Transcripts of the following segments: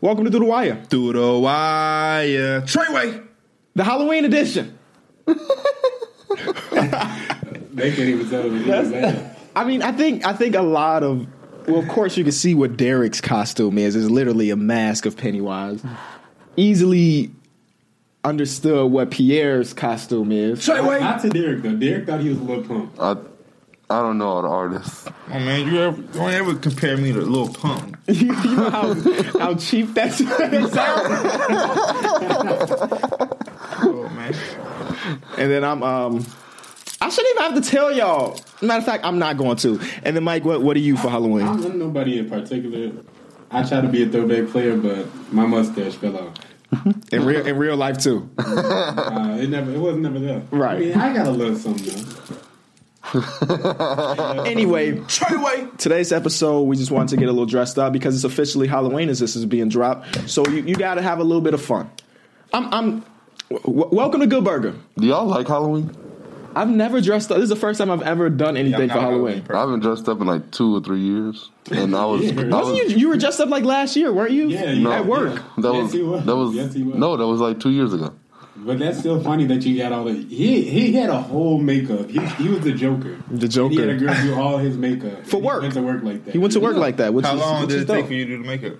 Welcome to Through the Wire, Through the wire. Treyway. the Halloween edition. They can't even tell them the name. I mean, I think I think a lot of well, of course, you can see what Derek's costume is. It's literally a mask of Pennywise. Easily understood what Pierre's costume is. Treyway. Not to Derek though. Derek thought he was a little pump. I I don't know all the artists. Oh man, you ever don't ever compare me to Lil Pump. you know how, how cheap that sounds. Oh man. And then I'm um, I shouldn't even have to tell y'all. Matter of fact, I'm not going to. And then Mike, what what are you for I Halloween? don't know nobody in particular. I try to be a throwback player, but my mustache fell out. In real in real life too. Uh, it never, it was never there. Right. I, mean, I got a little something. Though. Anyway, Treyway. today's episode we just wanted to get a little dressed up because it's officially halloween as this is being dropped so you, you got to have a little bit of fun i'm i'm w- welcome to good burger Do y'all like Halloween? i've never dressed up this is the first time i've ever done anything for halloween I haven't dressed up in like two or three years, and I was, I wasn't was you you were dressed up like last year weren't you Yeah, yeah, at work yeah. that Yes, was he was. that was Yes, he was. no, that was like two years ago. But that's still funny that you got all the. He he had a whole makeup. He he was the Joker. The And he had Joker. a girl do all his makeup For And he work. Went to work like that. he went to work Yeah. like that which How is, long which did is it take dope. for you to do the makeup?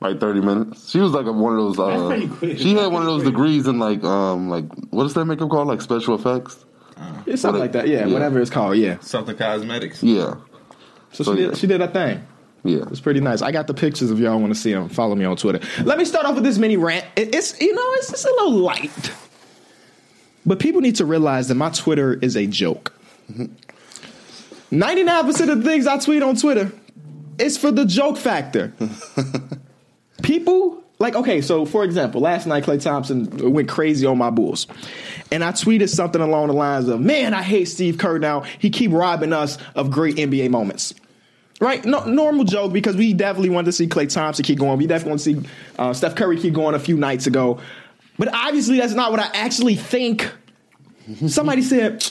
Like thirty minutes. She was like a, one of those. That's pretty Uh, quick. she had one of That's those pretty degrees in like um like what is that makeup called? Like special effects. it's something like that yeah, Yeah. whatever it's called yeah Something cosmetics. Yeah, so Oh, she yeah. did, she did her thing yeah. It's pretty nice. I got the pictures if y'all want to see them. Follow me on Twitter. Let me start off with this mini rant. It- It's you know it's just a little light, but people need to realize that my Twitter is a joke. Ninety nine percent of the things I tweet on Twitter is for the joke factor. people like okay, so for example, last night Clay Thompson went crazy on my Bulls, and I tweeted something along the lines of, "Man, I hate Steve Kerr now. He keep robbing us of great NBA moments." Right, no, normal joke because we definitely wanted to see Klay Thompson keep going. We definitely want to see uh, Steph Curry keep going a few nights ago, but obviously that's not what I actually think. Somebody said,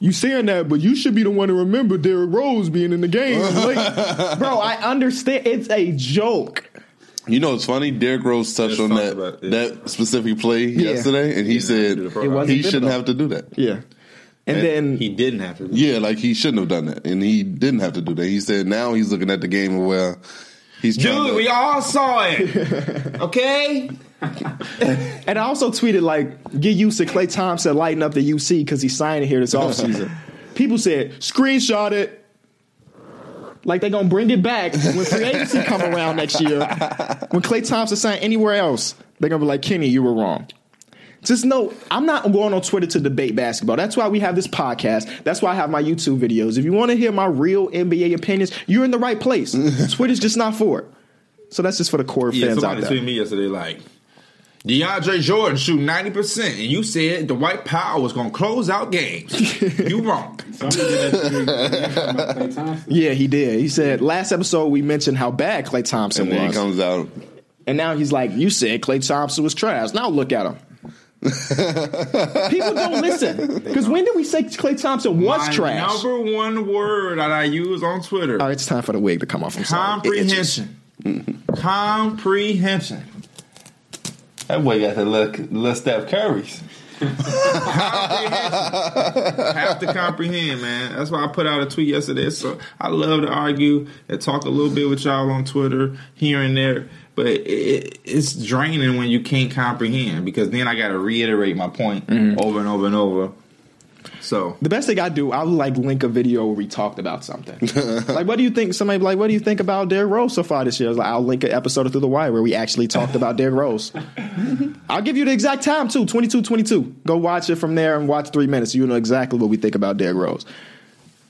"You saying that, but you should be the one to remember Derrick Rose being in the game." Like, bro, I understand. It's a joke. You know, it's funny. Derrick Rose touched Just on talked that about it. that specific play Yeah. yesterday, and he said did the It wasn't he good shouldn't enough. have to do that. Yeah. And, then He didn't have to. Yeah, like he shouldn't have done that, and he didn't have to do that. He said now he's looking at the game where he's trying Dude, to- we all saw it. Okay? and I also tweeted like, get used to Clay Thompson lighting up the UC because he's signing here this offseason. People said, screenshot it. Like they're gonna bring it back when free agency come around next year. When Clay Thompson signed anywhere else, they're gonna be like, Kenny, you were wrong. Just know I'm not going on Twitter to debate basketball. That's why we have this podcast. That's why I have my YouTube videos. If you want to hear my real NBA opinions, you're in the right place. Twitter's just not for it. So that's just for the core Yeah, fans out somebody there. tweeted me yesterday like DeAndre Jordan shoot ninety percent, and you said the white power was gonna close out games. you wrong. Somebody did that to me. That's about Klay Thompson. Yeah, he did. He said last episode we mentioned how bad Clay Thompson and then he was, comes out. and now he's like, "You said Clay Thompson was trash." Now look at him. People don't listen because when did we say Clay Thompson was My trash? Number one word that I use on Twitter: All right, it's time for the wig to come off. I'm sorry. It itches. comprehension. comprehension. That boy got the look, little Steph Curry's. Comprehension. Have to comprehend, man. That's why I put out a tweet yesterday. So I love to argue and talk a little bit with y'all on Twitter here and there, but it, it's draining when you can't comprehend because then I got to reiterate my point Mm-hmm. over and over and over. So The best thing I do, I'll like link a video where we talked about something. like, what do you think? Somebody be like, what do you think about Derrick Rose so far this year? I was like, I'll link an episode of Through the Wire where we actually talked about Derrick Rose. I'll give you the exact time too, 22, 22. Go watch it from there and watch three minutes. You know exactly what we think about Derrick Rose.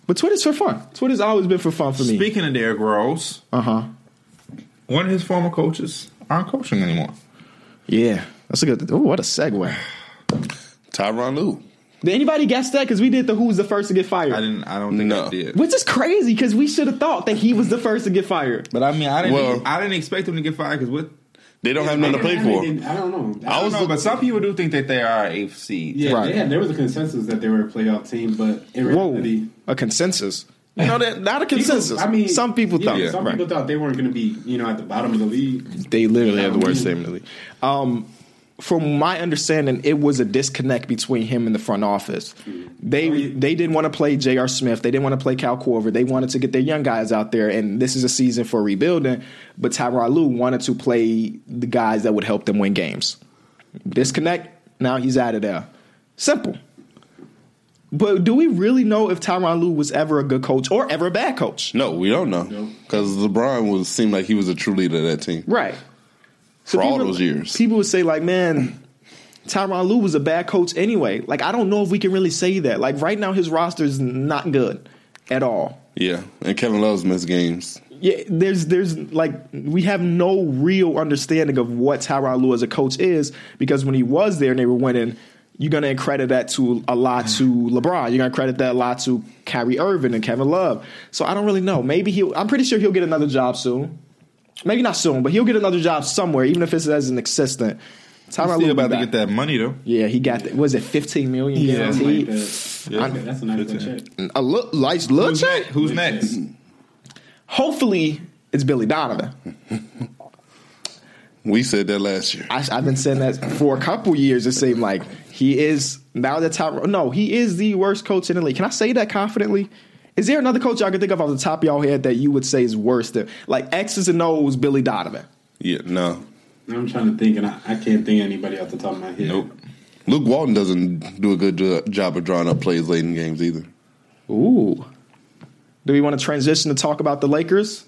But Twitter's for fun. Twitter's always been for fun for me. speaking of Derrick Rose, Uh huh. one of his former coaches aren't coaching anymore. Yeah, that's a good. Oh, what a segue. Tyronn Lue. Did anybody guess that? Because we did the who's the first to get I fired, didn't. I don't think I No. did. which is crazy because we should have thought that he was the first to get fired. But I mean, I didn't. Well- I didn't expect him to get fired because what They don't have nothing to play I for. mean, I don't know. I I don't was know, but some people do think that they are eighth seed. yeah, Right. they had, there was a consensus that they were a playoff team, but in Whoa, reality, a consensus. You know that not a People- consensus. I mean, some people yeah, thought. some right. people thought they weren't going to be, you know, at the bottom of the league. They literally have the worst Mhm. team in the league. Um, from my understanding, it was a disconnect between him and the front office. They they didn't want to play J.R. Smith. They didn't want to play Cal Corver. They wanted to get their young guys out there, and this is a season for rebuilding. But Tyrod Lue wanted to play the guys that would help them win games. Disconnect. Now he's out of there. Simple. But do we really know if Tyron Lue was ever a good coach or ever a bad coach? No, we don't know because LeBron was seemed like he was a true leader of that team. Right. So For all people- those years. People would say, like, man, Tyron Lue was a bad coach anyway. Like, I don't know if we can really say that. Like, right now, his roster is not good at all. Yeah, and Kevin Love's missed games. Yeah, there's, there's like, we have no real understanding of what Tyron Lue as a coach is because when he was there and they were winning, you're gonna credit that to a lot to LeBron. You're gonna credit that a lot to Kyrie Irving and Kevin Love. So I don't really know. Maybe he, will I'm pretty sure he'll get another job soon. Maybe not soon, but he'll get another job somewhere, even if it's as an assistant. Tyron I'm still Lue about to back. get that money though. Yeah, he got that. Was it 15 million Yeah, Something guaranteed? like that. Yeah. Okay, that's a nice little check. a little, nice little Who's check. next? Who's next? Hopefully, it's Billy Donovan. We said that last year. I, I've been saying that for a couple years. It seemed like he is now the top. No, he is the worst coach in the league. Can I say that confidently? Is there another coach y'all can think of off the top of y'all head that you would say is worse than like X's and O's Billy Donovan? Yeah, no. I'm trying to think, and I, I can't think of anybody off the top of my head. Nope. Luke Walton doesn't do a good jo- job of drawing up plays late in games either. Ooh. Do we want to transition to talk about the Lakers?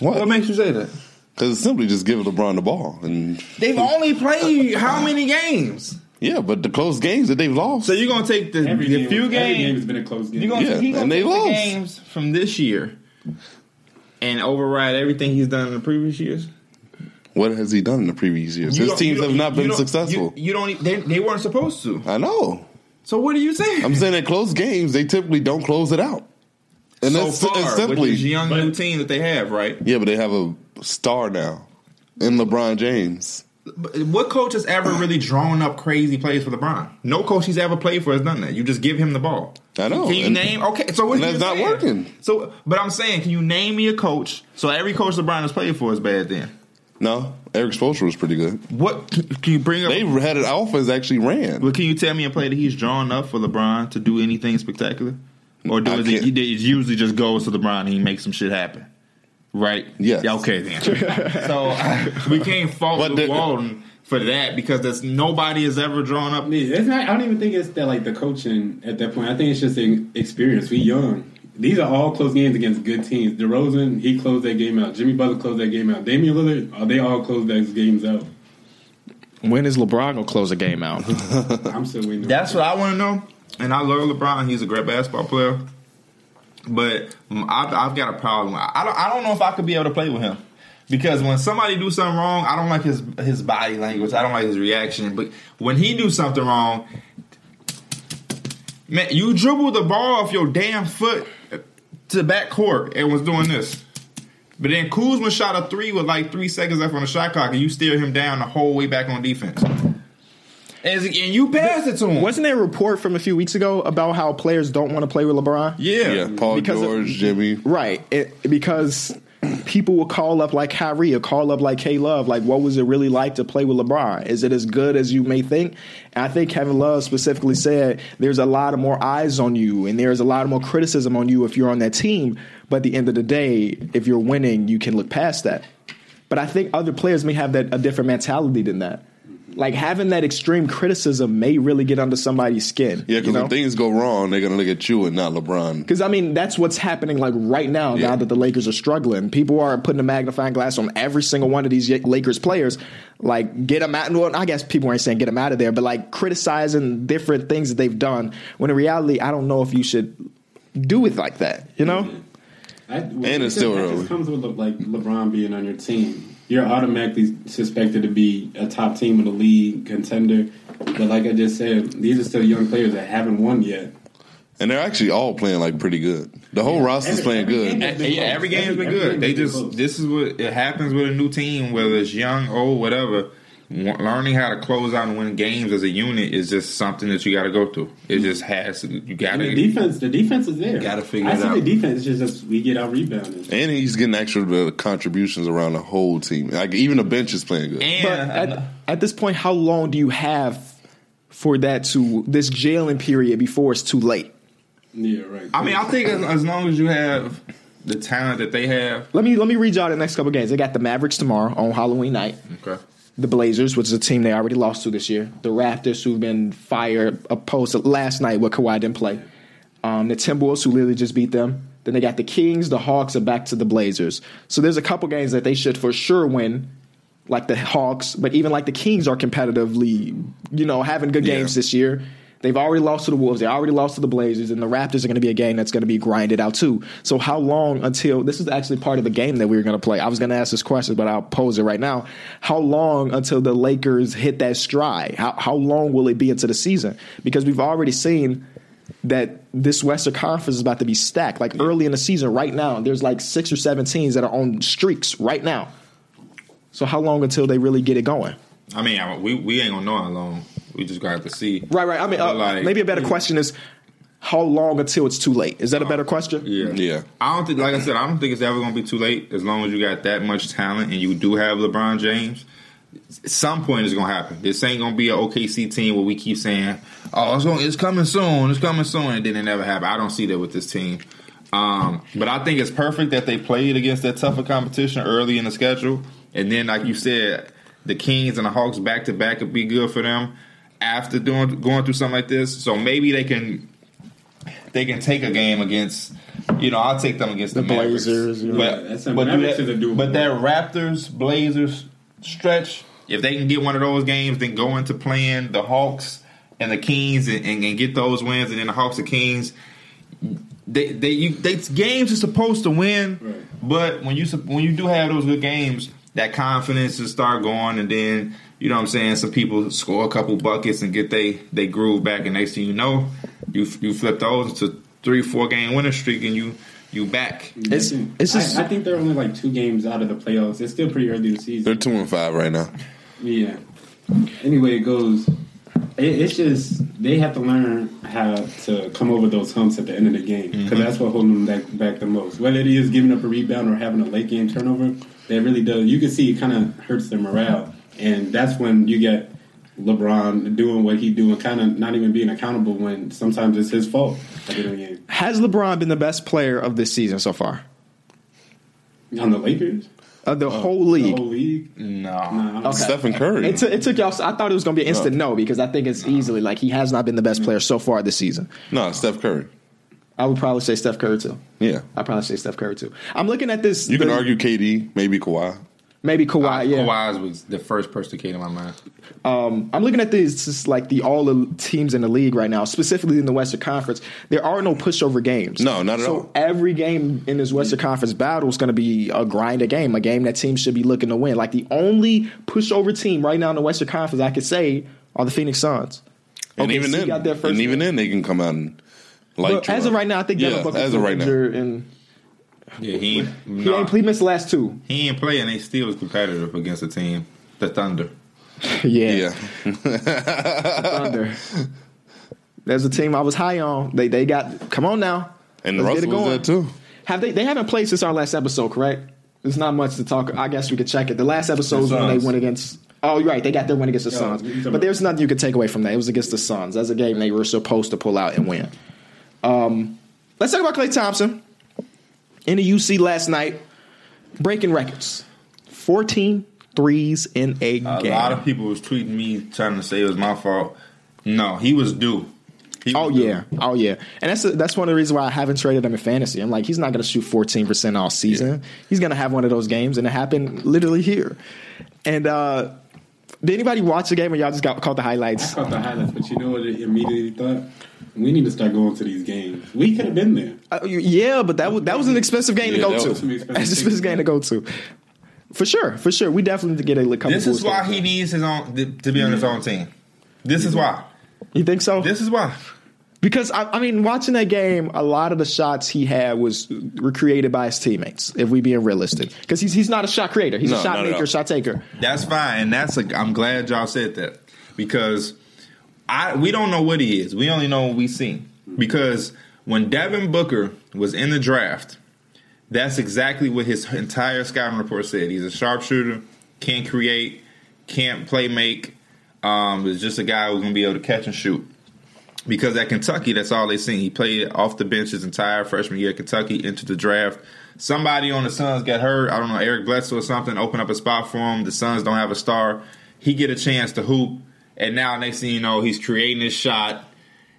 What? What makes you say that? Because simply just give LeBron the ball and They've only played how many games? yeah, but the close games that they've lost. So you're gonna take the, Every the game, few every game has games. been a close game. You're gonna, Yeah, he gonna and they take lost. the games from this year and override everything he's done in the previous years. what has he done in the previous years? You His don't- teams you don't- have not you been don't- successful. You, you don't. e- They, they weren't supposed to. I know. So what are you saying? I'm saying in close games, they typically don't close it out. And so that's, far that's with simply this young new team that they have, right? yeah, but they have a star now in LeBron James. But What coach has ever really drawn up crazy plays for LeBron? No coach he's ever played for has done that. You just give him the ball. I know. Can you And- name? Okay, so what and you that's not saying? working. So, but I'm saying, can you name me a coach? So every coach LeBron has played for is bad. Then No, Eric Spoelstra was pretty good. what can can you bring up? They had an offense actually ran. But can you tell me a play that he's drawn up for LeBron to do anything spectacular, or I does it, can't- he he usually just goes to LeBron and he makes some shit happen? Right? Yes. Yeah, Okay then. so I, we can't fault But Luke the- Walton for that because that's nobody has ever drawn up. Yeah, It's not. I don't even think it's that like the coaching at that point. I think it's just the experience. We young. These are all close games against good teams. DeRozan, he closed that game out. Jimmy Butler closed that game out. Damian Lillard, uh, they all closed those games out. When is LeBron gonna close a game out? I'm still waiting. on- That's what I want to know. And I love LeBron. He's a great basketball player. But mm, I've, I've got a problem. I I don't, I don't know if I could be able to play with him. Because when somebody do something wrong, I don't like his his body language. I don't like his reaction. But when he do something wrong, man, you dribble the ball off your damn foot to back court and was doing this. But then Kuzma shot a three with like three seconds left on the shot clock, and you steer him down the whole way back on defense. And, and you pass it to him. Wasn't there a report from a few weeks ago about how players don't want to play with LeBron? Yeah. Yeah, Paul Because of- George, Jimmy. Right, it, because people will call up like Kyrie or call up like K Love. Like, what was it really like to play with LeBron? Is it as good as you may think? And I think Kevin Love specifically said there's a lot of more eyes on you, and there's a lot more criticism on you if you're on that team. But at the end of the day, if you're winning, you can look past that. But I think other players may have that a different mentality than that. Like having that extreme criticism may really get under somebody's skin. Yeah, because you know? when things go wrong, they're gonna look at you and not LeBron. Because I mean, that's what's happening like right now. Now Yeah. that the Lakers are struggling, people are putting a magnifying glass on every single one of these Ye- Lakers players. Like, get them out. Well, I guess people aren't saying get them out of there, but like criticizing different things that they've done. When in reality, I don't know if you should do it like that. You know? I, and it's still that early. just comes with like LeBron being on your team. You're automatically suspected to be a top team in the league contender. But like I just said, these are still young players that haven't won yet. And they're actually all playing like pretty good. The whole roster's Every- playing every good. game Yeah, yeah, every game's been good. They just this is what it happens with a new team, whether it's young, old, whatever. wa- learning how to close out and win games as a unit is just something that you got to go through. It just has to, you got And the to. defense, the defense is there. Gotta figure I it see out. the defense. It's just we get out rebounded. And he's getting extra contributions around the whole team. Like even the bench is playing good. And But at, at this point, how long do you have for that to this jailing period before it's too late? Yeah, right. I mean, I think as, as long as you have the talent that they have, Let me let me read y'all the next couple games. They got the Mavericks tomorrow on Halloween night. okay. The Blazers, which is a team they already lost to this year. The Raptors, who've been fired opposed to last night where Kawhi didn't play. Um, the Timberwolves, who literally just beat them. Then they got the Kings, the Hawks are back to the Blazers. So there's a couple games that they should for sure win, like the Hawks, but even like the Kings are competitively, you know, having good games this year. They've already lost to the Wolves. They already lost to the Blazers, and the Raptors are going to be a game that's going to be grinded out too. So how long until this is actually part of the game that we were going to play? I was going to ask this question, but I'll pose it right now. How long until the Lakers hit that stride? How how long will it be into the season? Because we've already seen that this Western Conference is about to be stacked. Like early in the season, right now, there's like six or seven teams that are on streaks right now. So how long until they really get it going? I mean, I, we we ain't gonna know how long. We just gotta have to see. Right, right. I mean, uh, But, like, maybe a better question is how long until it's too late? Is that a better question? Yeah. Yeah. I don't think, like I said, I don't think it's ever going to be too late as long as you got that much talent and you do have LeBron James. At some point, it's going to happen. This ain't going to be an OKC team where we keep saying, "Oh, it's, going, it's coming soon, it's coming soon," and then it never happened. I don't see that with this team. Um, but I think it's perfect that they played against that tougher competition early in the schedule, and then, like you said, the Kings and the Hawks back to back would be good for them after doing going through something like this. So maybe they can they can take a game against. You know, I'll take them against the, Mavericks. Blazers, yeah. but Yeah, that's a- but, do Mavericks that, is a doable but that one. Raptors Blazers stretch, if they can get one of those games, then go into playing the Hawks and the Kings and, and, and get those wins, and then the Hawks and Kings. They they you they games are supposed to win, Right. but when you sup- when you do have those good games, that confidence will start going, and then you know what I'm saying. Some people score a couple buckets and get they they groove back, and next thing you know, you you flip those into three four game winning streak, and you you back. It's- it's I- just- I, think they're only like two games out of the playoffs. It's still pretty early in the They're season. two and five right now. Yeah. Anyway, it goes. It, it's just they have to learn how to come over those humps at the end of the game because that's what holding them back, back the most. Whether it is giving up a rebound or having a late game turnover, that really does. You can see it kind of hurts their morale, and that's when you get LeBron doing what he doing, kind of not even being accountable when sometimes it's his fault at the end of the game. Has LeBron been the best player of this season so far? On the Lakers, Of the whole the league? whole league. Mm. No, Nah, I don't Okay. Stephen Curry. It, took it took y'all. I thought it was going to be an instant no because I think it's easily like he has not been the best player so far this season. no, Steph Curry. I would probably say Steph Curry too. Yeah. I probably say Steph Curry too. I'm looking at this. You can the- argue KD, maybe Kawhi. maybe Kawhi. Uh, yeah, Kawhi's was the first person that came to my mind. I'm looking at this just like the all the teams in the league right now, specifically in the Western Conference. There are no pushover games. No, not at so all. Mm-hmm. Every game in this Western Conference battle is going to be a grind, a game, a game that teams should be looking to win. Like the only pushover team right now in the Western Conference I could say are the Phoenix Suns. And OKC even then, Oh, got their first and win. even then, they can come out and light But you as of up. right now, I think yeah, Devin Booker's as of right now, injured and Yeah, he ain't, he nah, ain't he missed the last two. he ain't playing. They still was competitive against the team, the Thunder. yeah, yeah, Thunder. There's a team I was high on. They they got come on now. and Let's get Russell it was going. there too. Have they? They haven't played since our last episode, correct? There's not much to talk. I guess we could check it. The last episode was when they Suns. went against. Oh, you're right. They got their win against the Yeah, we can Suns, talk but about- there's nothing you could take away from that. It was against the Suns. That's a game they were supposed to pull out and win. Um, let's talk about Clay Thompson in the UC last night, breaking records, 14 threes in a A game. lot of people was tweeting me trying to say it was my fault. No, he was due. He Oh was due. yeah, oh yeah, and that's that's one of the reasons why I haven't traded him in fantasy. I'm like, he's not going to shoot 14 percent all season. He's going to have one of those games, and it happened literally here. And uh did anybody watch the game, or y'all just got caught the highlights? caught the highlights, but you know what? I immediately thought we need to start going to these games. We could have been there. Uh, yeah, but that was that was an expensive game to Yeah, go that to. was That's an an expensive expensive game to go to, for sure, for sure. We definitely need to get a couple. This is boosts why there. he needs his own to be on his own team. This is why. You think so? This is why. Because I, I mean, watching that game, a lot of the shots he had was recreated by his teammates. If we being realistic, because he's he's not a shot creator, he's No, a shot not at maker, all. shot taker. That's fine, and that's a. I'm glad y'all said that because I we don't know what he is. We only know what we see. Because when Devin Booker was in the draft, that's exactly what his entire scouting report said. He's a sharpshooter, can't create, can't play make. Um, is just a guy who's gonna be able to catch and shoot. Because at Kentucky, that's all they seen. He played off the bench his entire freshman year at Kentucky into the draft. Somebody on the Suns got hurt. I don't know, Eric Bledsoe or something, open up a spot for him. The Suns don't have a star. He get a chance to hoop. And now next thing you know, he's creating his shot.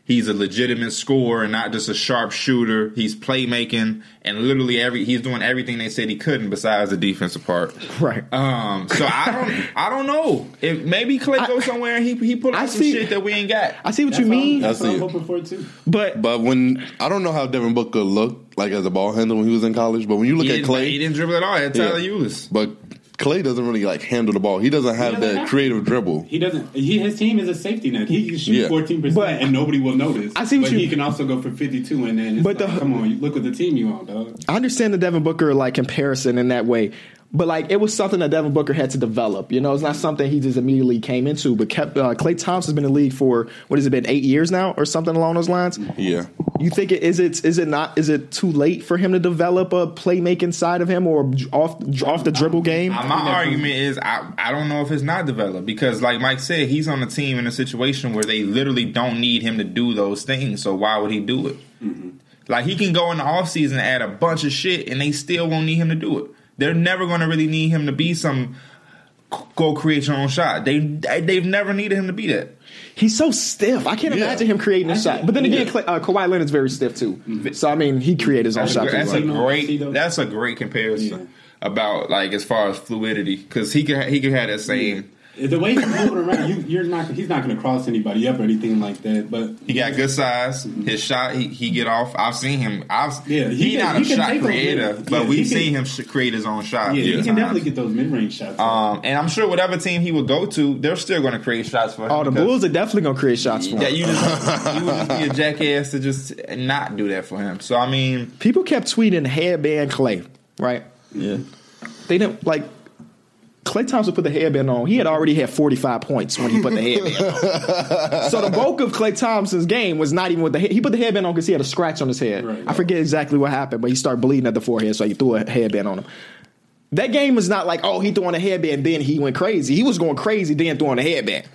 He's a legitimate scorer and not just a sharp shooter. He's playmaking and literally every he's doing everything they said he couldn't besides the defensive part. Right. Uh, Um, so I don't I don't know. If maybe Clay goes somewhere and he he pull I out some see- shit that we ain't got. I see what That's you what I'm- mean, That's what I'm see it. hoping for too. but But when I don't know how Devin Booker looked like as a ball handler when he was in college, but when you look he at didn't- Clay, He didn't dribble at all. He had Tyler Yeah. Ulis. but Clay doesn't really like handle the ball. He doesn't have doesn't that have- creative dribble. He doesn't. He, his team is a safety net. He can Yeah. shoot fourteen But- percent and nobody will notice. I see what but you- he can also go for fifty-two and then. It's But but the- come on, you- look at the team you on, dog. I understand the Devin Booker like comparison in that way, but like it was something that Devin Booker had to develop. You know, it's not something he just immediately came into. But kept, uh, Clay Thompson's been in the league for what has it been eight years now or something along those lines. Yeah, You think it is it is it not is it too late for him to develop a playmaking side of him or off off the dribble game? Uh, My argument is I, I don't know if it's not developed because like Mike said, he's on a team in a situation where they literally don't need him to do those things. So why would he do it? Like he can go in the offseason and add a bunch of shit and they still won't need him to do it. They're never going to really need him to be some c- go create your own shot. They they- they've never needed him to be that. He's so stiff. I can't Yeah. imagine him creating a shot. But then again, Clay, uh, Kawhi Leonard's very stiff too. So I mean, he created his own That's, a, shot. gr- too, that's a right? Right. great. That's a great comparison Yeah. about like as far as fluidity because he could he could have that same. The way he's moving around, you, you're not. He's not going to cross anybody up or anything like that. But He got good size. His shot, he, he get off. I've seen him. I've Yeah, he, he can- not he a can shot take those creator, minutes. but Yeah, we've he can- seen him sh- create his own shot. yeah, a few he can times. definitely get those mid-range shots. Um, and I'm sure whatever team he would go to, they're still going to create shots for him. Oh, the because- Bulls are definitely gonna create shots for him. Yeah, you just you would just be a jackass to just not do that for him. So I mean, People kept tweeting headband Clay, right? yeah, They didn't like. Clay Thompson put the headband on. He had already had 45 points when he put the headband on. So the bulk of Clay Thompson's game was not even with the head. He put the headband on because he had a scratch on his head. Right. I forget exactly what happened, but he started bleeding at the forehead, so he threw a headband on him. That game was not like, oh, he threw on a headband, then he went crazy. He was going crazy, then throwing a headband.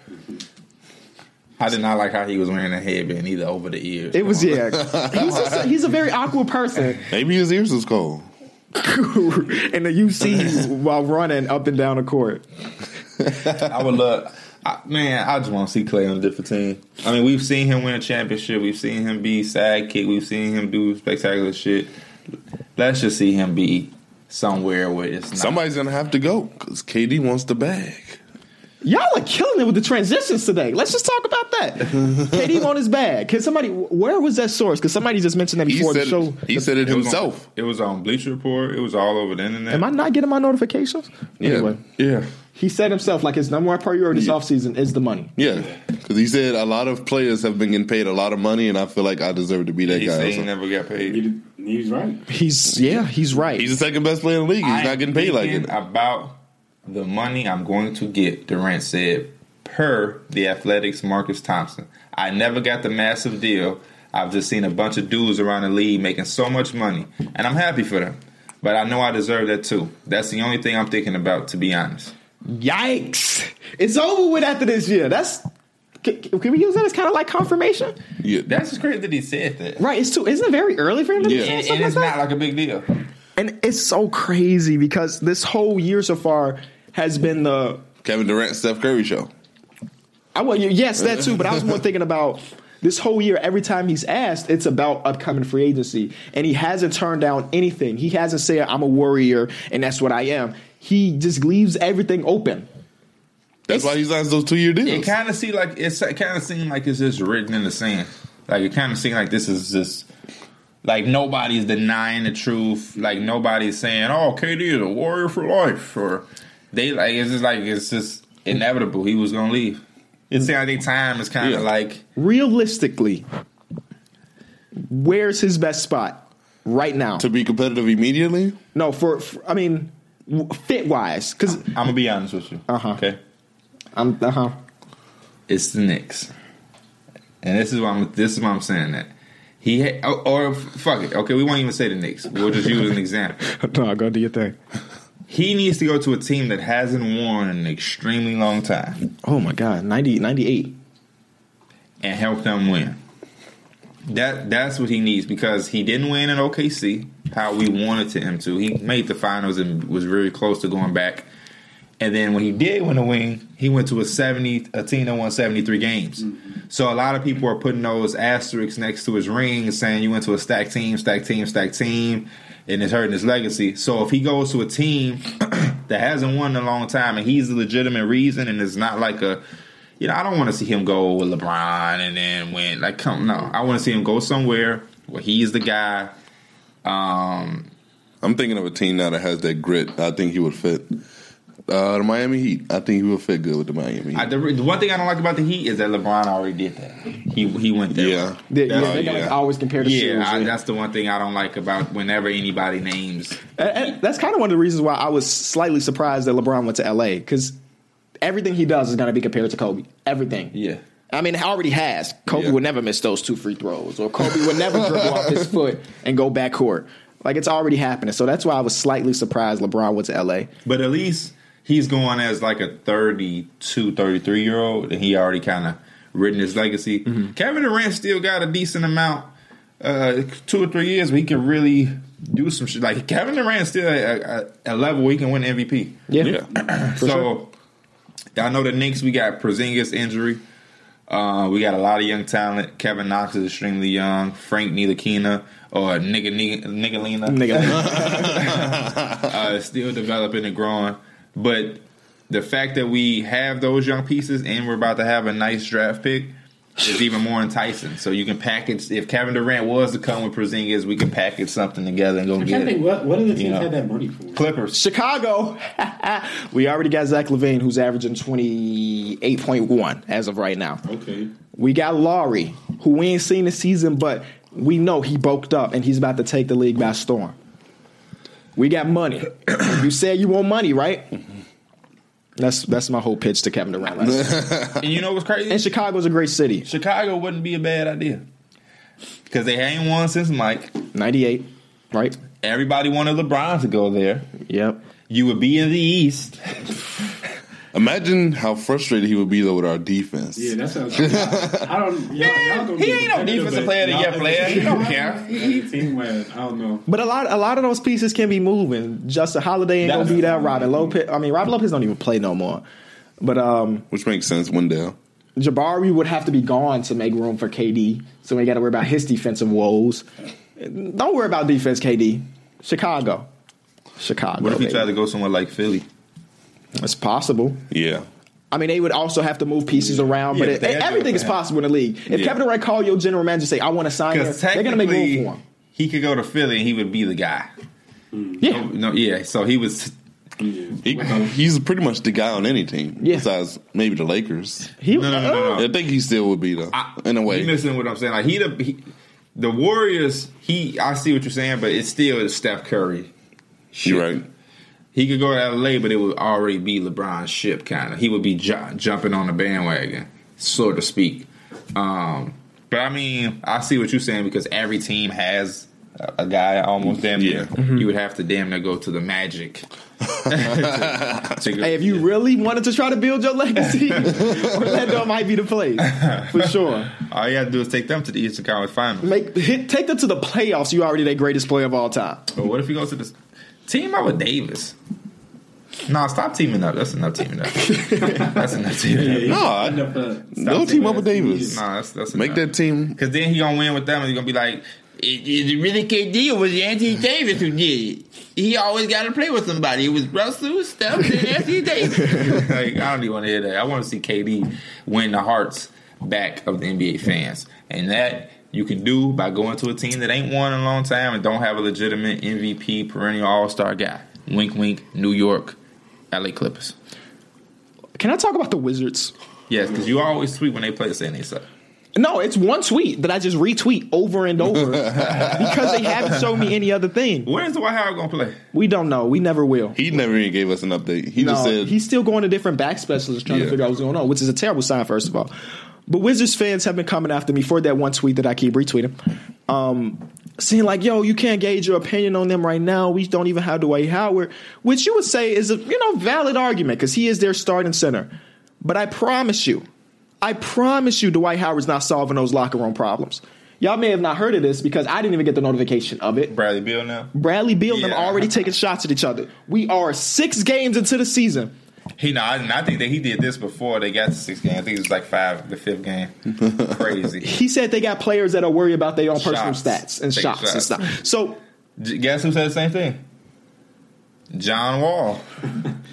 I did not like how he was wearing a headband either over the ears. It was, yeah. He's, just, he's a very awkward person. maybe his ears was cold. and the UC while running up and down the court. I would love. I, man, I just want to see Clay on a different team. I mean, we've seen him win a championship. We've seen him be sidekick. We've seen him do spectacular shit. Let's just see him be somewhere where it's not. Somebody's gonna have to go because KD wants the bag. Y'all are killing it with the transitions today. Let's just talk about that. KD on his bag. Can somebody? Where was that source? Because somebody just mentioned that He before the said show. it, he said it It was himself. On, it was on Bleacher Report. It was all over the internet. Am I not getting my notifications? Anyway, Yeah, he said himself like his number one priority this Yeah. offseason is the money. yeah, because he said a lot of players have been getting paid a lot of money, and I feel like I deserve to be that He guy. said he also. never got paid. He- he's right. He's yeah, he's right. He's the second best player in the league. He's I'm not getting paid like thinking it. About the money I'm going to get, Durant said, per the Athletics Marcus Thompson. I never got the massive deal. I've just seen a bunch of dudes around the league making so much money, and I'm happy for them. But I know I deserve that too. That's the only thing I'm thinking about, to be honest. Yikes! It's over with after this year. That's can, can we use that as kind of like confirmation? Yeah, That's just crazy that he said that. Right? It's too. Isn't it very early for him to Yeah. be saying And, stuff and like it's that? not like a big deal. And it's so crazy because this whole year so far has been the Kevin Durant, Steph Curry show. I well, yes, that too. But I was more thinking about this whole year. Every time he's asked, it's about upcoming free agency, and he hasn't turned down anything. He hasn't said, "I'm a warrior," and that's what I am. He just leaves everything open. That's why he signs those two year It deals. kind of seemed like it's, it kind of seemed like it's just written in the sand. Like it kind of seemed like this is just like nobody's denying the truth. Like nobody's saying, "Oh, KD is a warrior for life," or they like it's just like it's just inevitable. He was gonna leave. It's the only time is kind Yeah. of like Realistically, Where's his best spot right now? to be competitive immediately. no, for, for- I mean, fit wise, because I'm gonna be honest with you. Uh-huh. Okay, I'm uh huh. it's the Knicks, and this is why I'm this is why I'm saying that. He ha- oh, or, or fuck it. Okay, we won't even say the Knicks. We'll just use an example. no, go do your thing. He needs to go to a team that hasn't won in an extremely long time Oh my God, 90, 98. and help them win. That that's what he needs because he didn't win in OKC how we wanted to him to. He made the finals and was really close to going back. And then when he did win a win, he went to a seventy a team that won seventy three games. So a lot of people are putting those asterisks next to his ring, saying you went to a stacked team, stacked team, stacked team, and it's hurting his legacy. So if he goes to a team that hasn't won in a long time and he's the legitimate reason, and it's not like a you know, I don't want to see him go with LeBron and then win. Like, come no, I want to see him go somewhere where he's the guy. Um, I'm thinking of a team now that has that grit. I think he would fit. Uh, the Miami Heat. I think he would fit good with the Miami Heat. I, the, the one thing I don't like about the Heat is that LeBron already did that. He he went there. yeah. They, yeah, That's- they got, like, yeah. always compared to Oh, Yeah, shoes, I, that's the one thing I don't like about whenever anybody names. And- and that's kind of one of the reasons why I was slightly surprised that LeBron went to LA because everything he does is going to be compared to Kobe. Everything. Yeah. I mean, it already has. Kobe Yeah. would never miss those two free throws, or Kobe would never dribble off his foot and go backcourt. Like it's already happening. So that's why I was slightly surprised LeBron went to LA. But at least he's going as like a 32, 33 year old, and he already kind of written his legacy. Mm-hmm. Kevin Durant still got a decent amount, uh, two or three years where he can really do some shit. Like Kevin Durant's still at a, a, a level where he can win MVP. Yeah. so I know the Knicks we got Porzingis injury. Uh, we got a lot of young talent. Kevin Knox is extremely young. Frank Ntilikina or Nigga Nicolina Nigga, uh, still developing and growing. But the fact that we have those young pieces and we're about to have a nice draft pick is even more enticing. So you can package if Kevin Durant was to come with Porzingis, we can package something together and go I'm get trying it. to think, what, what do the teams You know. had that money for? Clippers. Chicago. we already got Zach Levine, who's averaging twenty eight point one as of right now. Okay. We got Laurie, who we ain't seen this season, but we know he bulked up and he's about to take the league by storm. We got money. you said you want money, right? That's that's my whole pitch to Kevin Durant. last night. And you know what's and crazy? Chicago's a great city. Chicago wouldn't be a bad idea. Because they ain't won since Mike. Ninety eight, right? Everybody wanted LeBron to go there. Yep. You would be in the East. Imagine how frustrated he would be though with our defense. Yeah, that sounds. I don't. Y'all, y'all gonna he be ain't no competitive, defensive but player to y'all get as a player. He team- don't care. as a Team where I don't know. But a lot a lot of those pieces can be moving. Justin Holiday ain't gonna That's- be there. Robin Lopez. I mean, Robin Lopez don't even play no more. But um, Which makes sense, Wendell. Jabari would have to be gone to make room for KD, so we ain't got to worry about his defensive woes. Don't worry about defense, KD. Chicago, Chicago. What if he baby. tried to go somewhere like Philly? It's possible. Yeah. I mean, they would also have to move pieces around, Yeah, but but it, they had to everything do it is for him. possible in the league. If Yeah. Kevin Durant call your general manager and say, "I want to sign him," Because Oh, they're gonna make room technically, for him. he could go to Philly and he would be the guy. Yeah. No, yeah. So he was. He, he's pretty much the guy on any team. Yeah. Besides maybe the Lakers. He, uh, No, no, no, no, no. I think he still would be though. in a you way. missing what I'm saying. Like he, the he, the Warriors. He, I see what you're saying, but it's still Steph Curry. You're right. He could go to LA, but it would already be LeBron's ship. Kind of, he would be ju- jumping on the bandwagon, so to speak. Um, but I mean, I see what you're saying because every team has a a guy almost damn near. Yeah. Mm-hmm. You would have to damn near go to the Magic. to, to go- Hey, if you really wanted to try to build your legacy, Orlando might be the place for sure. All you got to do is take them to the Eastern Conference Finals. Make hit, take them to the playoffs. You already the greatest player of all time. But what if he goes to this team out with Davis? Nah, stop teaming up. That's enough teaming up. that's enough teaming up. No, I- End up, uh, No team up with Davis. Nah, that's that's Make that team because then he gonna win with them and he gonna be like, it, it really KD or was Anthony Davis who did it. He always got to play with somebody. It was Russell, Steph, and Anthony Davis. like I don't even want to hear that. I want to see KD win the hearts back of the NBA fans, and that you can do by going to a team that ain't won in a long time and don't have a legitimate MVP, perennial All Star guy. Wink, wink. New York, LA Clippers. Can I talk about the Wizards? Yes, because you always tweet when they play the same they suck. No, it's one tweet that I just retweet over and over because they haven't shown me any other thing. When is Dwight Howard gonna play? We don't know. We never will. He never even gave us an update. He No, just said he's still going to different back specialists trying to Yeah. figure out what's going on, which is a terrible sign, first of all. But Wizards fans have been coming after me for that one tweet that I keep retweeting. Um, saying like, yo, you can't gauge your opinion on them right now. We don't even have Dwight Howard, which you would say is a you know valid argument because he is their starting center. But I promise you, I promise you, Dwight Howard's not solving those locker room problems. Y'all may have not heard of this because I didn't even get the notification of it. Bradley Bill now. Bradley Beal and them Yeah. already taking shots at each other. We are six games into the season. He no, I, and I think that he did this before they got to six games. I think it was like five, the fifth game. Crazy. He said they got players that are worried about their own personal Shots. stats and Take shots, and shots. stuff. So J- Guess who said the same thing? John Wall.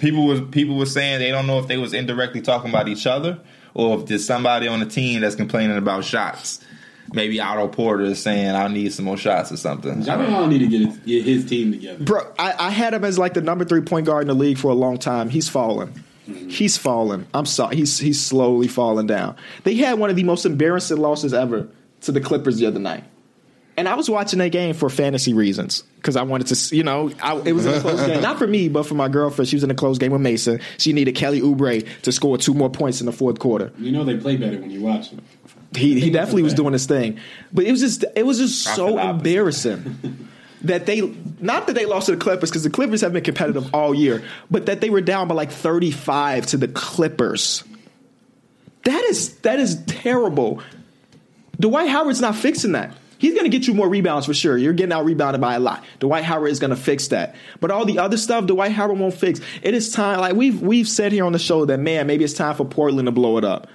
People was people were saying they don't know if they was indirectly talking about each other or if there's somebody on the team that's complaining about shots. Maybe Otto Porter is saying I need some more shots or something. John Wall need to get his, get his team together. Bro, I, I had him as like the number three point guard in the league for a long time. He's fallen. Mm-hmm. He's fallen. I'm sorry. He's he's slowly falling down. They had one of the most embarrassing losses ever to the Clippers the other night. And I was watching that game for fantasy reasons because I wanted to, s- you know, I, it was in a close game. Not for me, but for my girlfriend. She was in a close game with Mason. She needed Kelly Oubre to score two more points in the fourth quarter. You know they play better when you watch them. He he definitely was doing his thing, but it was just it was just I so feel the opposite. embarrassing that they not that they lost to the Clippers because the Clippers have been competitive all year, but that they were down by like thirty five to the Clippers. That is that is terrible. Dwight Howard's not fixing that. He's going to get you more rebounds for sure. You're getting out rebounded by a lot. Dwight Howard is going to fix that. But all the other stuff, Dwight Howard won't fix. It is time. Like we've we've said here on the show that man, maybe it's time for Portland to blow it up.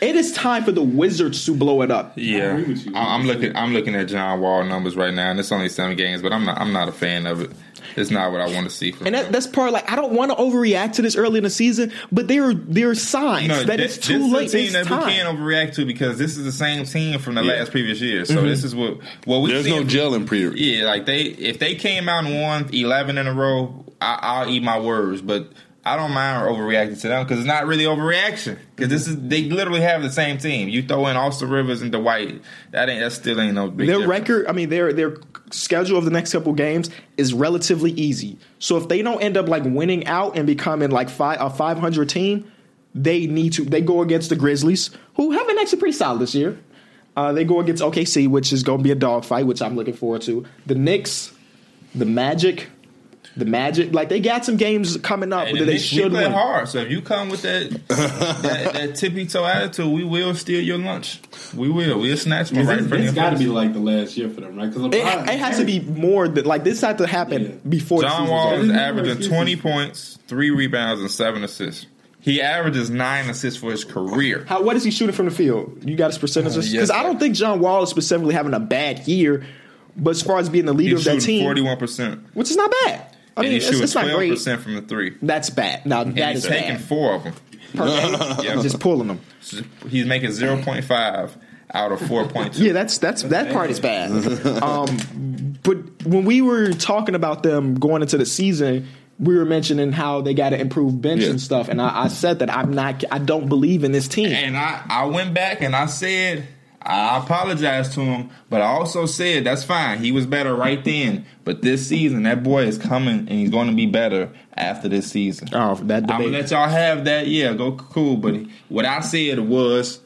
It is time for the Wizards to blow it up. Yeah, I agree with you. I- I'm looking. I'm looking at John Wall numbers right now, and it's only seven games. But I'm not. I'm not a fan of it. It's not what I want to see from. And him. that, that's part like I don't want to overreact to this early in the season, but there are there are signs No, that thi- it's this too is a late. team It's that time. we can't overreact to because this is the same team from the Yeah. last previous year. Mm-hmm. So this is what what we there's no seeing- gel in period. Yeah, like they if they came out and won 11 in a row, I, I'll eat my words, but. I don't mind overreacting to them because it's not really overreaction. Because this is they literally have the same team. You throw in Austin Rivers and Dwight, that ain't that still ain't no big. their difference. record, I mean their their schedule of the next couple games is relatively easy. So if they don't end up like winning out and becoming like five a five hundred team, they need to they go against the Grizzlies, who have been actually pretty solid this year. Uh, they go against OKC, which is going to be a dogfight, which I'm looking forward to. The Knicks, the Magic, the Magic, like they got some games coming up And that the they Knicks, we should play win. hard. So if you come with that that, that tippy toe attitude, we will steal your lunch. We will. We'll snatch one right It's, in front it's of your got to face. be like the last year for them, right? Because It, it has to be more than like this had to happen Yeah. before the John season's Wall over. is over. averaging twenty points, three rebounds, and seven assists. He averages nine assists for his career. How, what is he shooting from the field? You got his percentages? yes, Because I don't sir. think John Wall is specifically having a bad year, but as far as being the leader He's of that shooting team, forty-one percent, which is not bad. I and mean, he's it's, shooting it's not twelve great. percent from the three. That's bad. Now And that he's is taking bad. four of them. Perfect. Yeah. Just pulling them. He's making zero point five out of four point two. Yeah, that's that's that part is bad. Um, but when we were talking about them going into the season, we were mentioning how they got to improve bench Yeah. and stuff, and I, I said that I'm not, I don't believe in this team. And I, I went back and I said, I apologized to him, but I also said, that's fine. He was better right then. But this season, that boy is coming and he's going to be better after this season. Oh, that I'm going to debate. let y'all have that. Yeah, go cool. But what I said was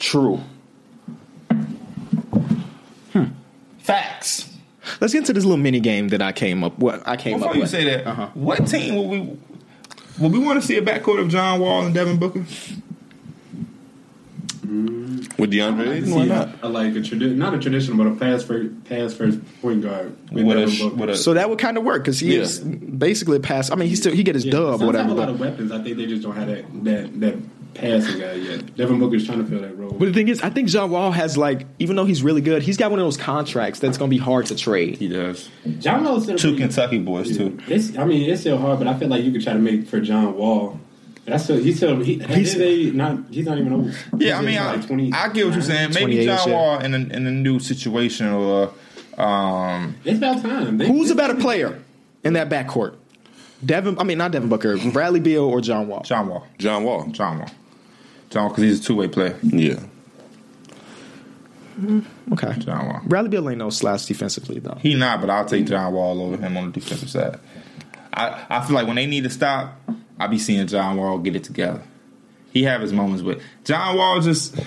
true. Facts. Hmm. Let's get into this little mini game that I came up. What I came Before up you with. say that, Uh-huh. what team will we. Will we want to see a backcourt of John Wall and Devin Booker? With DeAndre, why not? A, like a tradi- not a traditional, but a pass first, pass first point guard. with With a, Devin sh- Booker. with a So that would kind of work because he Yeah. is basically a pass. I mean, he still he get his Yeah, dub Suns or whatever. Have a lot But, of weapons. I think they just don't have that that that passing guy yet. Devin Booker's trying to fill that role. but the thing is, I think John Wall has like, even though he's really good, he's got one of those contracts that's going to be hard to trade. he does. John Wall's still Two Kentucky boys too. It's, I mean, it's still hard, but I feel like you could try to make for John Wall. But I still, he's still, he, He's- he's, they not, he's not even old. Yeah, I He's mean, like I, 20 I get what you're saying. Maybe 28 John shit. Wall in a, in a new situation or um, It's about time. They, Who's a they- better player in that backcourt? Devin, I mean, not Devin Booker, Bradley Beal or John Wall. John Wall. John Wall. John Wall. John because he's a two way player. Yeah. Okay. John Wall. Bradley Beal ain't no slouch defensively though. He not, but I'll take John Wall over him on the defensive side. I, I feel like when they need to stop, I be seeing John Wall get it together. He have his moments, but John Wall just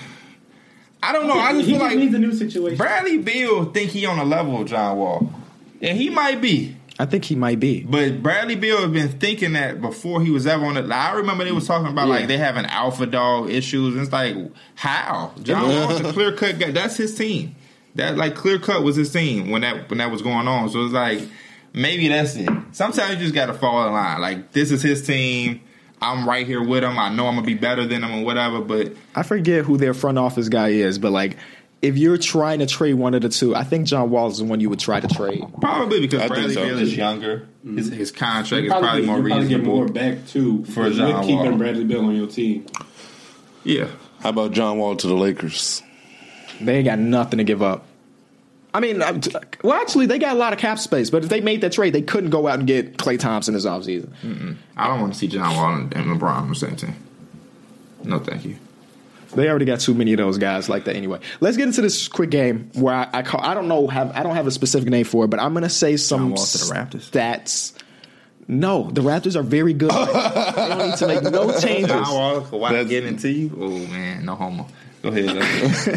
I don't know. Oh, I just he feel just like needs a new situation. Bradley Beal think he on the level of John Wall, and he might be. I think he might be. But Bradley Beal has been thinking that before he was ever on it. Like, I remember Mm. they was talking about like they having alpha dog issues. And it's like how John Wall's a clear cut guy. That's his team. That like clear cut was his team when that when that was going on. So it's like maybe that's it. Sometimes you just got to fall in line. Like this is his team. I'm right here with him. I know I'm gonna be better than him or whatever. But I forget who their front office guy is, but like if you're trying to trade one of the two, I think John Wall is the one you would try to trade. probably because I Bradley think so. Mm-hmm. Beal is younger, his, his contract is probably Probably, more you'll probably get reasonable. more back too For with John keeping Wall. Bradley Bill on your team. Yeah. How about John Wall to the Lakers? They ain't got nothing to give up. I mean, I'm t- well, actually, they got a lot of cap space, but if they made that trade, they couldn't go out and get Clay Thompson this offseason. I don't want to see John Wall and and LeBron on the same team. No, thank you. They already got too many of those guys like that anyway. Let's get into this quick game where I, I call I don't know have I don't have a specific name for it, but I'm gonna say some John Wall to the Raptors. stats. No, the Raptors are very good. they don't need to make no changes. John Wall, Kawhi That's- getting to you? Oh man, no homo. Go ahead.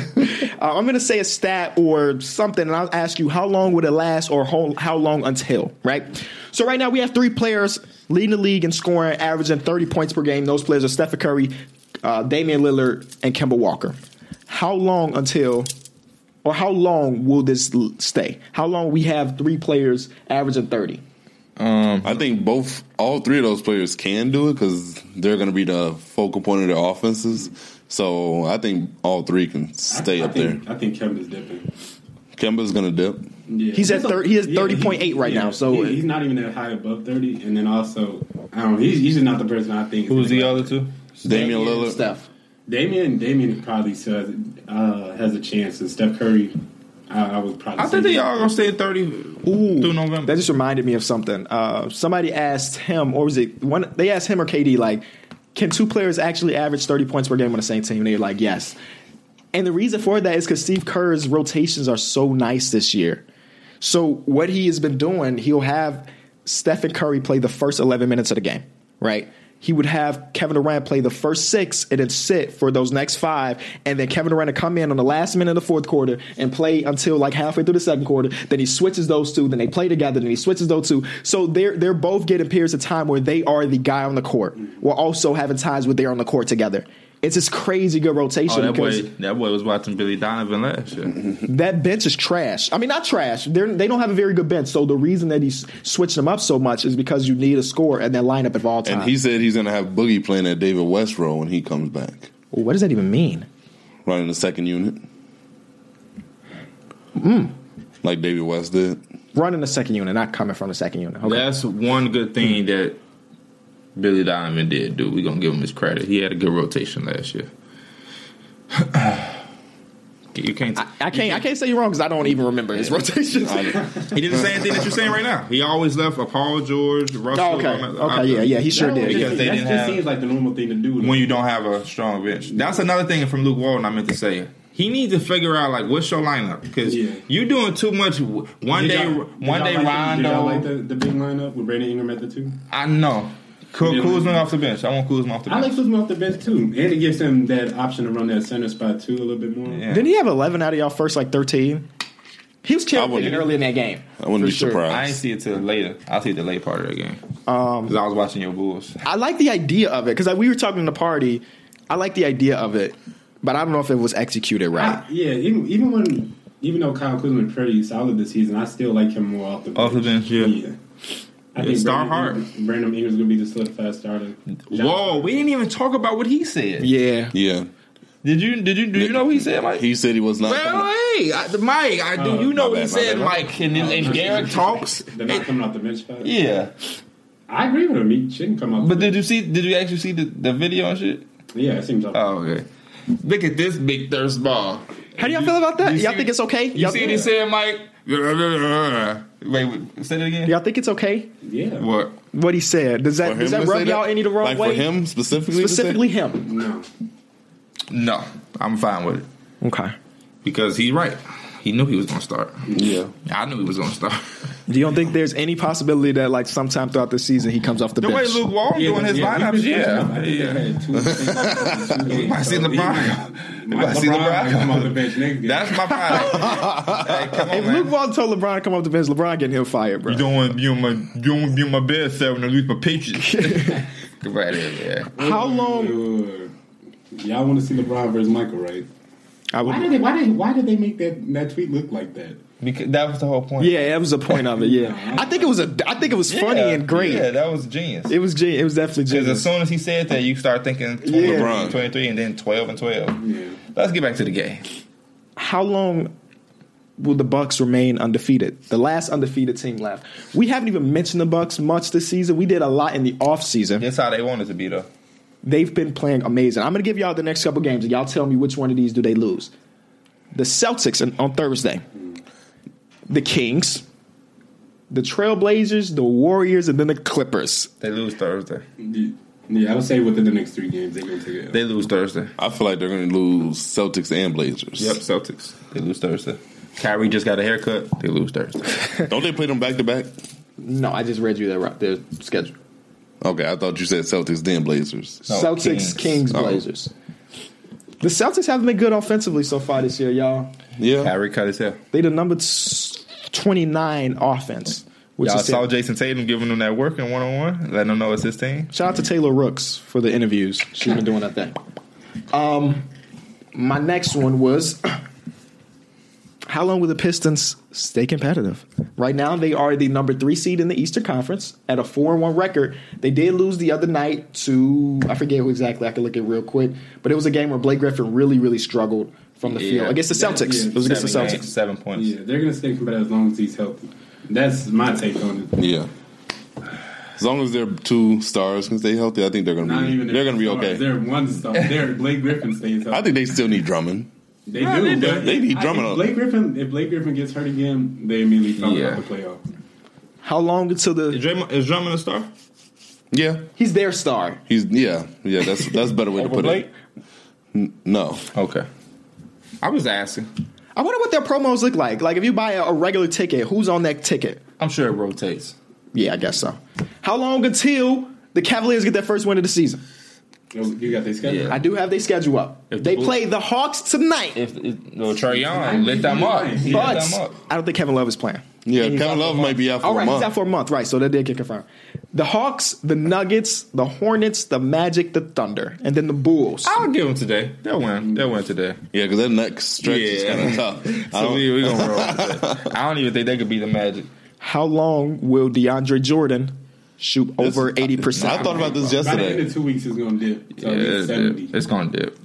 Uh, I'm going to say a stat or something, and I'll ask you how long would it last or how, how long until, right? So, right now we have three players leading the league in scoring, averaging 30 points per game. Those players are Stephen Curry, uh, Damian Lillard, and Kemba Walker. How long until, or how long will this l- stay? How long we have three players averaging 30? I think both, all three of those players can do it because they're going to be the focal point of their offenses. So I think all three can stay I, up I think, there. I think Kevin's dipping. Kemba's going to dip. Yeah. He's at thir- he is 30.8 right now, so- he- he's not even that high above thirty. And then also, I don't. know, He's, he's just not the person I think. is Who's gonna the go. other two? Damian Lillard. Steph. Damian Damian probably says, uh, has a chance, and Steph Curry, I, I would probably. I think they all gonna stay at thirty through November. That just reminded me of something. Uh, somebody asked him, or was it one? They asked him or KD, like, can two players actually average thirty points per game on the same team? And they're like, yes. And the reason for that is because Steve Kerr's rotations are so nice this year. So what he has been doing, he'll have Stephen Curry play the first eleven minutes of the game, right? He would have Kevin Durant play the first six and then sit for those next five, and then Kevin Durant to come in on the last minute of the fourth quarter and play until like halfway through the second quarter. Then he switches those two, then they play together, then he switches those two. So they're they're both getting periods of time where they are the guy on the court, while also having times where they're on the court together. It's this crazy good rotation. Oh, that boy, because- that boy was watching Billy Donovan last year. that bench is trash. I mean, not trash. They're, they don't have a very good bench. So the reason that he's switched them up so much is because you need a score in that lineup at all times. And he said he's going to have Boogie playing at David West role when he comes back, what does that even mean? running the second unit. Hmm. Like David West did. Running the second unit, not coming from the second unit. Okay. That's one good thing that Billy Donovan did do. We gonna give him his credit. He had a good rotation last year. you can't. I can't. I can't say you're wrong because I don't even remember his rotations. He did the same thing that you're saying right now. He always left a Paul George, Russell. Oh, okay. all that- Okay. Yeah. Yeah. He sure That did. Because just, they that didn't just have- seems like the normal thing to do. when you don't have a strong bench. That's another thing from Luke Walton I meant to say. He needs to figure out like what's your lineup because Yeah. you doing too much. w- One Did day, y'all- did one day y'all like The, did Rondo. y'all like the, the big lineup with Brandon Ingram at the two. I know. Cool, Yeah. Kuzma off the bench. I want Kuzma off the I like bench. Kuzma off the bench too, and it gives him that option to run that center spot too a little bit more. Yeah. Didn't he have 11 out of y'all first like 13? He was I killing wouldn't- it early in that game. I wouldn't for be sure. I ain't surprised. see it till later. I'll see the late part of the game Um, because I was watching your Bulls. I like the idea of it because we were talking in the party. I like the idea of it, but I don't know if it was executed right. I- yeah. Even even when even though Kyle Kuzma is pretty solid this season, I still like him more off the bench. Off the bench, yeah. I Yeah, think start Brandon, hard. Brandon Ingram's gonna be the solidified starter. Whoa, we didn't even talk about what he said. yeah. Yeah. Did you? Did you? Do you know what he said, Mike? He said he was not. well, hey, I, Mike, I do. Oh, you know my what he bad, my said, bad. Mike? And, and Derek talks. They're not coming off the bench. Spot. Yeah. I agree with him. He shouldn't come off. But the did you see? Did you actually see the, the video and shit? yeah, it seems like Oh, okay. Look at this big thirst ball. How do y'all feel about that? You see- Y'all think it's okay? You Y'all, see what he said, Mike? Wait, wait, say that again. y'all think it's okay? yeah. What? What he said does For that him does that to say rub y'all any the wrong like way? For him specifically, to say- Specifically him. no, No, I'm fine with it. Okay. because he's right. He knew he was going to start. Yeah. I knew he was going to start. Do you don't think there's any possibility that like sometime throughout the season he comes off the The way bench? Luke Walton doing his lineups, yeah. yeah. yeah. Might see LeBron. Might see LeBron. come on the bench next game. That's my problem. hey, come on, If man. Luke Walton told LeBron to come off the bench, LeBron getting him fired, bro. You don't want to be on my you don't want to be on my bed set when I lose my pitches. Come right here, man. How long? Ooh. Y'all want to see LeBron versus Michael, right? I Why did would. they? Why did? Why did they make that that tweet look like that? Because that was the whole point. Yeah, that was the point of it. Yeah, I think it was a. I think it was funny and great. Yeah, that was genius. It was. gen- It was definitely Because genius. as soon as he said that, you start thinking 20, Yeah. LeBron. 23 and then 12 and 12. Yeah. Let's get back to the game. How long will the Bucks remain undefeated? The last undefeated team left. We haven't even mentioned the Bucks much this season. We did a lot in the offseason. That's how they wanted to be, though. They've been playing amazing. I'm going to give y'all the next couple games, and y'all tell me which one of these do they lose. The Celtics on- on Thursday, the Kings, the Trailblazers, the Warriors, and then the Clippers. They lose Thursday. Yeah, I would say within the next three games they're gonna take it. They lose Thursday. I feel like they're going to lose Celtics and Blazers. Yep, Celtics. They lose Thursday. Kyrie just got a haircut. They lose Thursday. Don't they play them back to back? No, I just read you their, ro- their schedule. Okay, I thought you said Celtics then Blazers. No, Celtics, Kings. Kings, Oh. Blazers. The Celtics haven't been good offensively so far this year, y'all. Yeah. Kyrie cut his hair. They the number t- 29 offense, which Y'all is saw Jason Tatum giving them that work in one on one, letting them know it's his team. Shout out to Taylor Rooks for the interviews. She's been doing that thing. Um, my next one was how long will the Pistons stay competitive? Right now, they are the number three seed in the Eastern Conference at a four and one record. They did lose the other night to I forget who exactly. I could look at it real quick, but it was a game where Blake Griffin really, really struggled from the Yeah. field against the Celtics. yeah. it was against the Seven Celtics. games, seven points. Yeah, they're gonna stay competitive as long as he's healthy. That's my take on it. Yeah. As long as their two stars can stay healthy, I think they're going to Not be even they're going to be stars. okay. They're one star. They're Blake Griffin stays healthy. I think they still need Drummond. they Nah, do. they do. but They be I drumming think on- Blake Griffin. If Blake Griffin gets hurt again, they immediately come Yeah. out the playoffs. How long until Is the Drummond, is Drummond a star? Yeah. he's their star? He's yeah. Yeah, that's that's a better way to Over put Blake? it. N- No. Okay. I was asking. I wonder what their promos look like. Like if you buy a, a regular ticket, who's on that ticket? I'm sure it rotates. Yeah, I guess so. How long until the Cavaliers get their first win of the season? You got their schedule. I do have their schedule up. If they the Bulls- play the Hawks tonight, If, if well, Trae Young lit them up, he lit but them up. I don't think Kevin Love is playing. Yeah, he's out Kevin for Love might be out for All a right, he's month. out for a month, right? So that did get confirmed. The Hawks, the Nuggets, the Hornets, the Magic, the Thunder, and then the Bulls. I would give them today. They'll win. They'll win today. yeah, because that next stretch is Yeah. kind of tough. I So don't, we we gonna roll. With that. I don't even think they could beat the Magic. How long will DeAndre Jordan shoot This- over eighty I percent? thought about this By the end yesterday. of two weeks, it's gonna dip. To Yeah, at least it's, seventy. dip. it's gonna dip.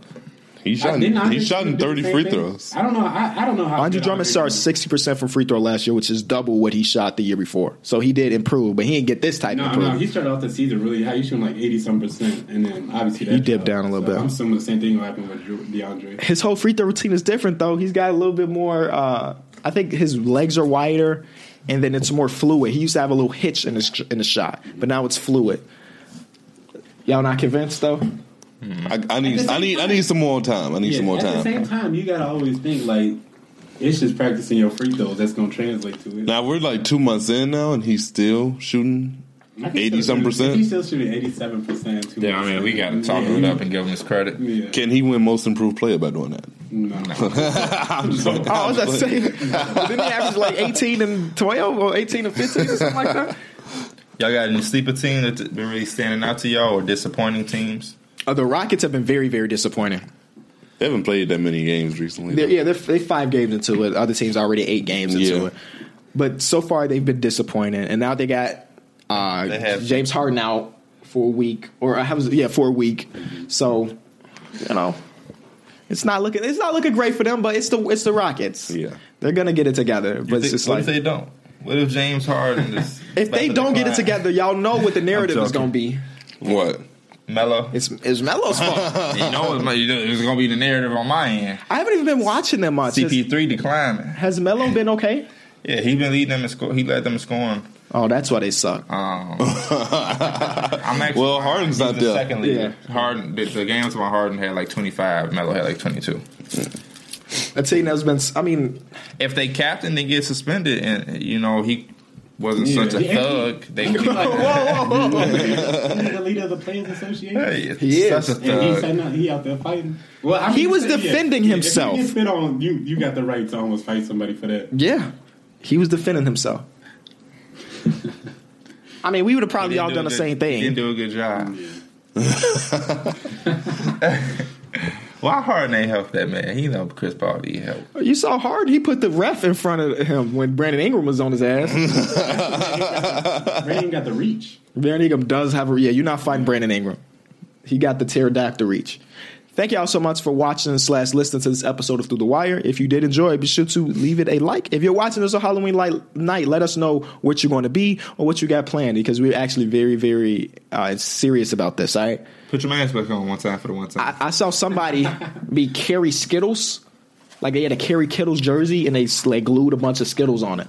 He shot Didn't Andre he shot in Drummond do the 30 same free thing? throws. I don't know. I, I don't know how. Andre good Drummond started sixty percent from free throw last year, which is double what he shot the year before. So he did improve, but he didn't get this type of No, improvement. no, he started off the season really high. He shooting like eighty some percent, and then obviously that He dipped down a little So bit. I'm assuming the same thing will happen with Drew, DeAndre. his whole free throw routine is different though. He's got a little bit more. Uh, I think his legs are wider, and then it's more fluid. He used to have a little hitch in his in the shot, but now it's fluid. Y'all not convinced though? I, I need I need I need some more time. I need some more at the time. same time, you gotta always think like it's just practicing your free throws that's gonna translate to it. Now we're like two months in now, and he's still shooting I think eighty some he's still shooting- He's percent. still shooting eighty-seven percent. Yeah, I mean, we gotta talk it up and give them his credit. Yeah. Can he win Most Improved Player by doing that? No. I'm just like, Oh, I was about to say, didn't he average like eighteen and twelve or eighteen and fifteen or something like that? Y'all got any sleeper team that's been really standing out to y'all or disappointing teams? Uh, the Rockets have been very, very disappointing. they haven't played that many games recently. They're, yeah, they're, they're five games into it. Other teams already eight games into Yeah. it. But so far they've been disappointing, and now they got uh, They have- James Harden out for a week, or I was yeah for a week. So you know, it's not looking it's not looking great for them. But it's the it's the Rockets. Yeah. they're gonna get it together. But it's Think- just like what if they don't? What if James Harden is if they don't get it together, y'all know what the narrative is joking. gonna be. What? Mellow. It's it's Melo's fault. You know, it's, it's gonna be the narrative on my end. I haven't even been watching them much. Has, CP3 declining. has Melo been okay? Yeah, he been leading them in score. He led them in scoring. Um, Oh, that's why they suck. I'm actually Well, Harden's he's not the there. Second leader. Yeah. Harden. The, the games where Harden had like 25, Melo had like 22. a team that's been. I mean, If they captain, they get suspended, and you know he wasn't Yeah. such a Yeah. thug. They could be whoa, like, whoa, whoa. He's the leader of the Players Association. hey, He is. such a And he's thug. sitting out, he out there fighting. Well, I He was yeah, defending yeah, himself. If you get spit on, you you got the right to almost fight somebody for that. yeah, he was defending himself. I mean, we would have He probably didn't all do done a the same good- He thing. didn't do a good job. Why Harden ain't help that man? He know Chris Paul need help. You saw hard. He put the ref in front of him when Brandon Ingram was on his Mm-hmm. ass. Brandon got the reach. Brandon Ingram does have a yeah. You're not fighting Brandon Ingram. He got the pterodactyl reach. Thank y'all so much for watching slash listening to this episode of Through the Wire. If you did enjoy, it, be sure to leave it a like. If you're watching this on Halloween light, night, let us know what you're going to be or what you got planned because we're actually very, very uh, serious about this. All right. Put your mask back on one time for the one time. I, I saw somebody be carry Skittles. Like they had a Kerry Kittles jersey and they like glued a bunch of Skittles on it.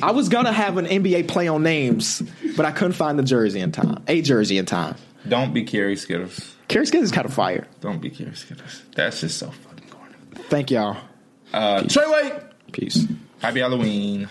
I was gonna have an NBA play on names, but I couldn't find the jersey in time. A jersey in time. Don't be Kerry Skittles. Kerry Skittles is kind of fire. Don't be Kerry Skittles. That's just so fucking corny. Thank y'all. Uh, Trey White. Peace. Happy Halloween.